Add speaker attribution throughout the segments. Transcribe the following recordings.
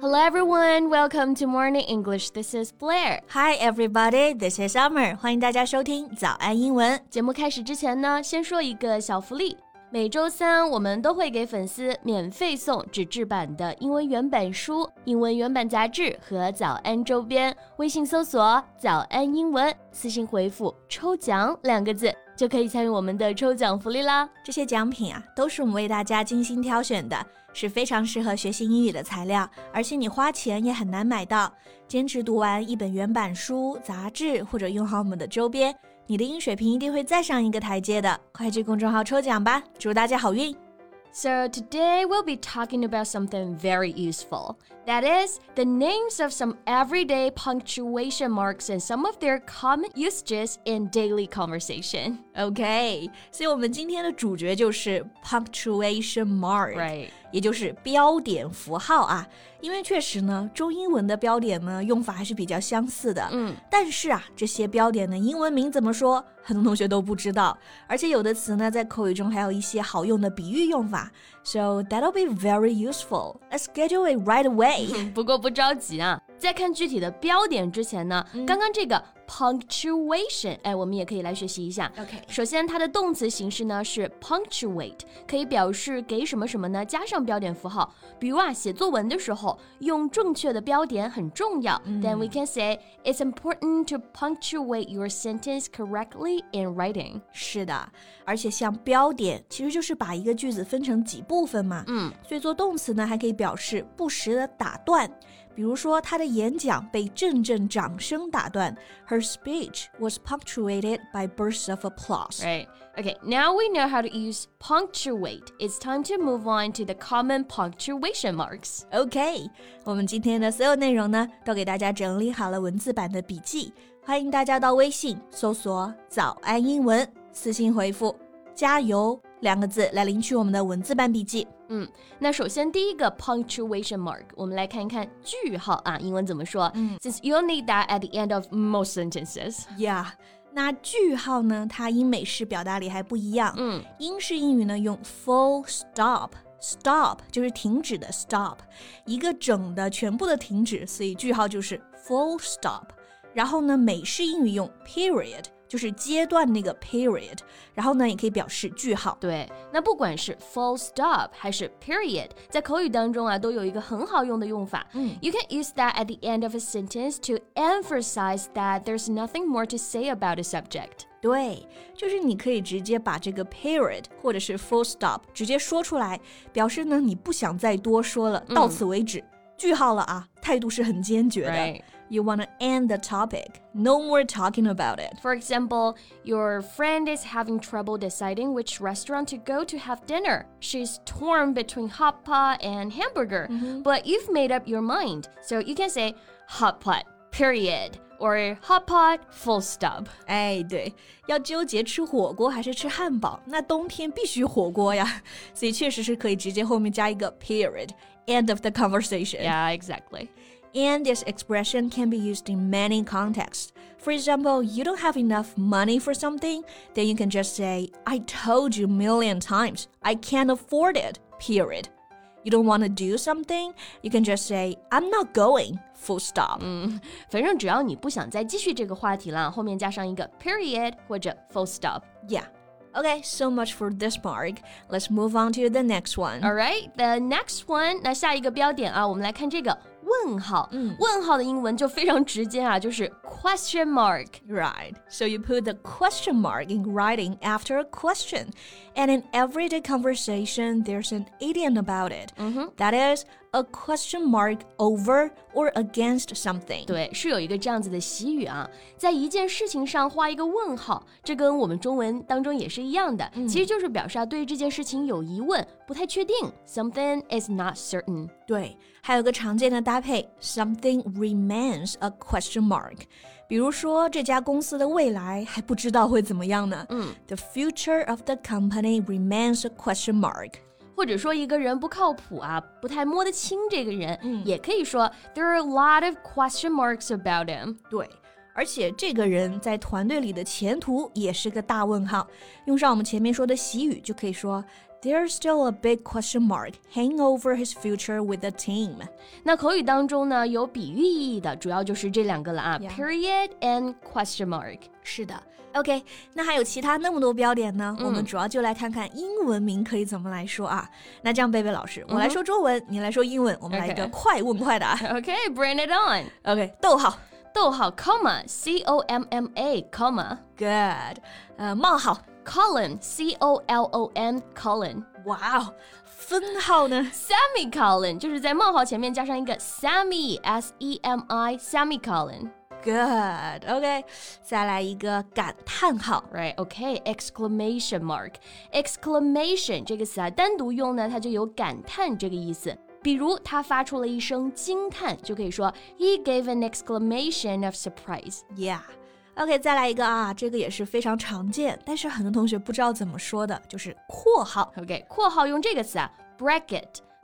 Speaker 1: Hello everyone, welcome to Morning English. This is Blair.
Speaker 2: Hi everybody, this is Summer. 欢迎大家收听早安英文。
Speaker 1: 节目开始之前呢，先说一个小福利。每周三我们都会给粉丝免费送纸质版的英文原版书、英文原版杂志和早安周边。微信搜索“早安英文”，私信回复“抽奖”两个字，就可以参与我们的抽奖福利啦。
Speaker 2: 这些奖品啊，都是我们为大家精心挑选的，是非常适合学习英语的材料，而且你花钱也很难买到。坚持读完一本原版书、杂志，或者用好我们的周边，你的英语水平一定会再上一个台阶的。快去公众号抽奖吧，祝大家好运！
Speaker 1: So, today we'll be talking about something very useful. That is, the names of some everyday punctuation marks and some of their common usages in daily conversation.
Speaker 2: OK，所以我们今天的主角就是 punctuation mark，
Speaker 1: Right.
Speaker 2: 也就是标点符号啊。因为确实呢，中英文的标点呢用法还是比较相似的，
Speaker 1: 嗯，
Speaker 2: 但是啊，这些标点的英文名怎么说，很多同学都不知道，而且有的词呢在口语中还有一些好用的比喻用法。So that'll be very useful. Let's schedule it right away.
Speaker 1: 不过不着急啊，在看具体的标点之前呢，刚刚这个 punctuation，哎，我们也可以来学习一下。
Speaker 2: OK，
Speaker 1: 首先，它的动词形式呢是 punctuate，可以表示给什么什么呢加上标点符号。比如啊，写作文的时候用正确的标点很重要。Then we can say it's important to punctuate your sentence correctly in writing。
Speaker 2: 是的，而且像标点其实就是把一个句子分成几部分嘛。
Speaker 1: 嗯，
Speaker 2: 所以做动词呢，还可以表示不时的打断，比如说她的演讲被阵阵掌声打断，Her speech was punctuated by bursts of applause。
Speaker 1: Right. Okay, now we know how to use punctuate. It's time to move on to the common punctuation marks.
Speaker 2: OK，我们今天的所有内容呢，都给大家整理好了文字版的笔记，欢迎大家到微信搜索“早安英文”，私信回复“加油”两个字来领取我们的文字版笔记。
Speaker 1: 嗯，那首先第一个 punctuation mark，我们来看一看句号啊，英文怎么说？嗯，Since you'll need that at the end of most sentences，
Speaker 2: Yeah，那句号呢？它英美式表达里还不一样。
Speaker 1: 嗯，
Speaker 2: 英式英语呢用 full stop。Stop 就是停止的 stop，一个整的全部的停止，所以句号就是 full stop。然后呢，美式英语用 period，就是阶段那个 period，然后呢也可以表示句号。
Speaker 1: 对。那不管是 full stop 还是 period，在口语当中啊，都有一个很好用的用法。嗯，You can use that at the end of a sentence to emphasize that there's nothing more to say about a subject。
Speaker 2: 对，就是你可以直接把这个 period 或者是 full stop 直接说出来，表示呢你不想再多说了，到此为止，句号了啊，态度是很坚决的。
Speaker 1: Right.
Speaker 2: You wanna end the topic, no more talking about it.
Speaker 1: For example, your friend is having trouble deciding which restaurant to go to have dinner. She's torn between hot pot and hamburger, but you've made up your mind. So you can say hot pot, period, or hot pot, full stop.
Speaker 2: 哎，对，要纠结吃火锅还是吃汉堡，那冬天必须火锅呀，所以确实是可以直接后面加一个 period, end of the conversation.
Speaker 1: Yeah, exactly.
Speaker 2: And this expression can be used in many contexts. For example, you don't have enough money for something, then you can just say, I told you a million times, I can't afford it, period. You don't want to do something, you can just say, I'm not going, full stop.
Speaker 1: 反正只要你不想再继续这个话题了，后面加上一个 period 或者 full stop。
Speaker 2: Yeah. Okay, so much for this mark. Let's move on to the next one.
Speaker 1: All right, the next one，那下一个标点啊，我们来看这个问号。嗯，问号的英文就非常直接啊，就是 question mark。
Speaker 2: Right. So you put the question mark in writing after a question. And in everyday conversation, there's an idiom about it. That is a question mark over or against something.
Speaker 1: 对，是有一个这样子的习语啊，在一件事情上画一个问号，这跟我们中文当中也是一样的，其实就是表示啊对这件事情有疑问，不太确定，something is not certain。
Speaker 2: 对，还有个常见的搭配 something remains a question mark。比如说这家公司的未来还不知道会怎么样呢。The future of the company remains a question mark。
Speaker 1: 或者说一个人不靠谱啊，不太摸得清这个人，也可以说 there are a lot of question marks about him。
Speaker 2: 对，而且这个人在团队里的前途也是个大问号。用上我们前面说的习语，就可以说 There's still a big question mark hanging over his future with the team.
Speaker 1: 那口语当中呢，有比喻意义的，主要就是这两个了啊
Speaker 2: Yeah
Speaker 1: period and question mark。
Speaker 2: 是的，OK，那还有其他那么多标点呢？我们主要就来看看英文名可以怎么来说啊。那这样，贝贝老师，我来说中文，你来说英文，我们来一个
Speaker 1: OK
Speaker 2: 快问快答。
Speaker 1: OK，bring、it on。
Speaker 2: OK，逗号
Speaker 1: 逗号，comma c o m m a comma
Speaker 2: ，Good，呃，冒号，
Speaker 1: colon c o l o n colon
Speaker 2: 哇哦，分号呢
Speaker 1: semicolon 就是在冒号前面加上一个 semi s e m i semicolon。
Speaker 2: ？Good，OK，、再来一个感叹号
Speaker 1: Right, OK, exclamation mark. Exclamation 这个词啊，单独用呢，它就有感叹这个意思。比如他发出了一声惊叹，就可以说 He gave an exclamation of surprise.
Speaker 2: ，Yeah。OK，再来一个啊，这个也是非常常见，但是很多同学不知道怎么说的，就是括号。
Speaker 1: OK，括号用这个词啊，bracket。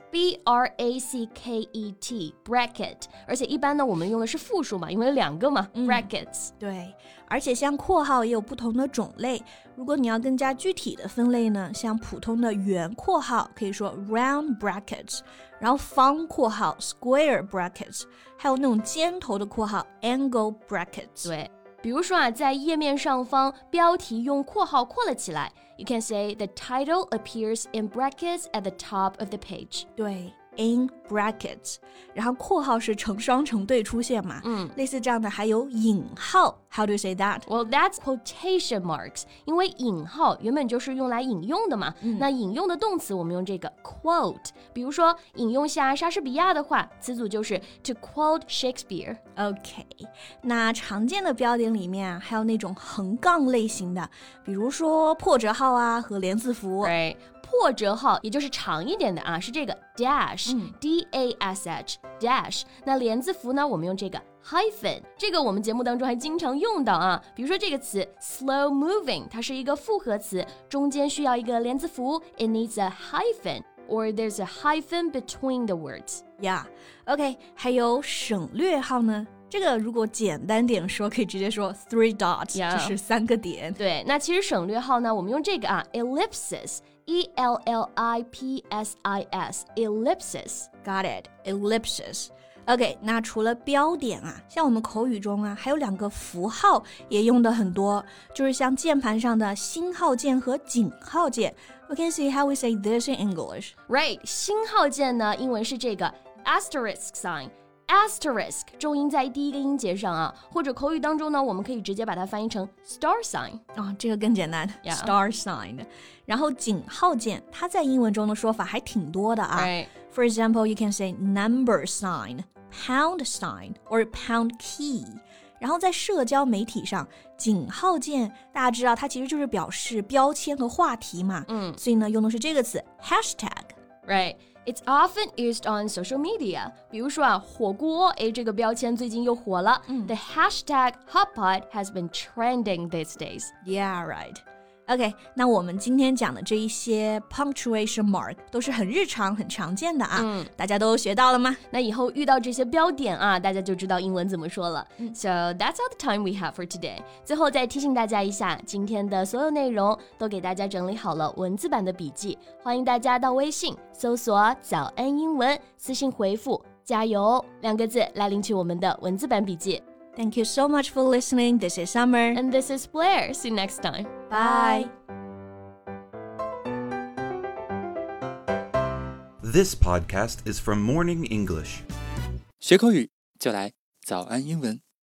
Speaker 1: B R A C K E T bracket，而且一般呢，我们用的是复数嘛，因为有两个嘛、b r a c k e t s
Speaker 2: 对，而且像括号也有不同的种类。如果你要更加具体的分类呢，像普通的圆括号可以说 round brackets，然后方括号 square brackets，还有那种尖头的括号 angle brackets。
Speaker 1: 对，比如说啊，在页面上方标题用括号括了起来，you can say the title appears in brackets at the top of the page。
Speaker 2: 对，in brackets，然后括号是成双成对出现嘛，嗯，类似这样的还有引号，How do you say that？
Speaker 1: Well, that's quotation marks，因为引号原本就是用来引用的嘛。那引用的动词我们用这个 quote，比如说引用下莎士比亚的话，词组就是 to quote Shakespeare。
Speaker 2: OK，那常见的标点里面啊，还有那种横杠类型的，比如说破折号啊和连字符。
Speaker 1: Right，破折号也就是长一点的啊，是这个 dash、d a s h dash。那连字符呢，我们用这个 hyphen，这个我们节目当中还经常用到啊。比如说这个词 slow moving，它是一个复合词，中间需要一个连字符，it needs a hyphen。Or there's a hyphen between the words.
Speaker 2: Yeah，OK，、OK，还有省略号呢。这个如果简单点说，可以直接说 three dots，
Speaker 1: Yeah
Speaker 2: 就是三个点。
Speaker 1: 对，那其实省略号呢，我们用这个啊，ellipsis, e l l i p s i s, ellipsis。
Speaker 2: Got it. Ellipses. OK，那除了标点啊，像我们口语中啊，还有两个符号也用的很多，就是像键盘上的星号键和井号键。We can see how we say this in English.
Speaker 1: Right，星号键呢，英文是这个 asterisk sign。asterisk 重音在第一个音节上啊，或者口语当中呢，我们可以直接把它翻译成 star sign。
Speaker 2: 啊、这个更简单
Speaker 1: Yeah
Speaker 2: ，star sign。然后井号键，它在英文中的说法还挺多的啊。
Speaker 1: Right.
Speaker 2: For example, you can say number sign, pound sign, or pound key. 然后在社交媒体上，井号键大家知道它其实就是表示标签和话题嘛，嗯，所以呢用的是这个词 hashtag。
Speaker 1: Right. It's often used on social media. 比如说啊，火锅，哎，这个标签最近又火了。The hashtag hotpot has been trending these days.
Speaker 2: Yeah, right. OK，那我们今天讲的这一些 punctuation mark 都是很日常、很常见的啊，
Speaker 1: 嗯
Speaker 2: 大家都学到了吗？
Speaker 1: 那以后遇到这些标点啊，大家就知道英文怎么说了。So that's all the time we have for today。最后再提醒大家一下，今天的所有内容都给大家整理好了文字版的笔记，欢迎大家到微信搜索“早安英文”，私信回复“加油”两个字来领取我们的文字版笔记。
Speaker 2: Thank you so much for listening. This is Summer.
Speaker 1: And this is Blair. See you next time.
Speaker 2: Bye.
Speaker 3: This podcast is from Morning English.
Speaker 4: 学口语就来早安英文。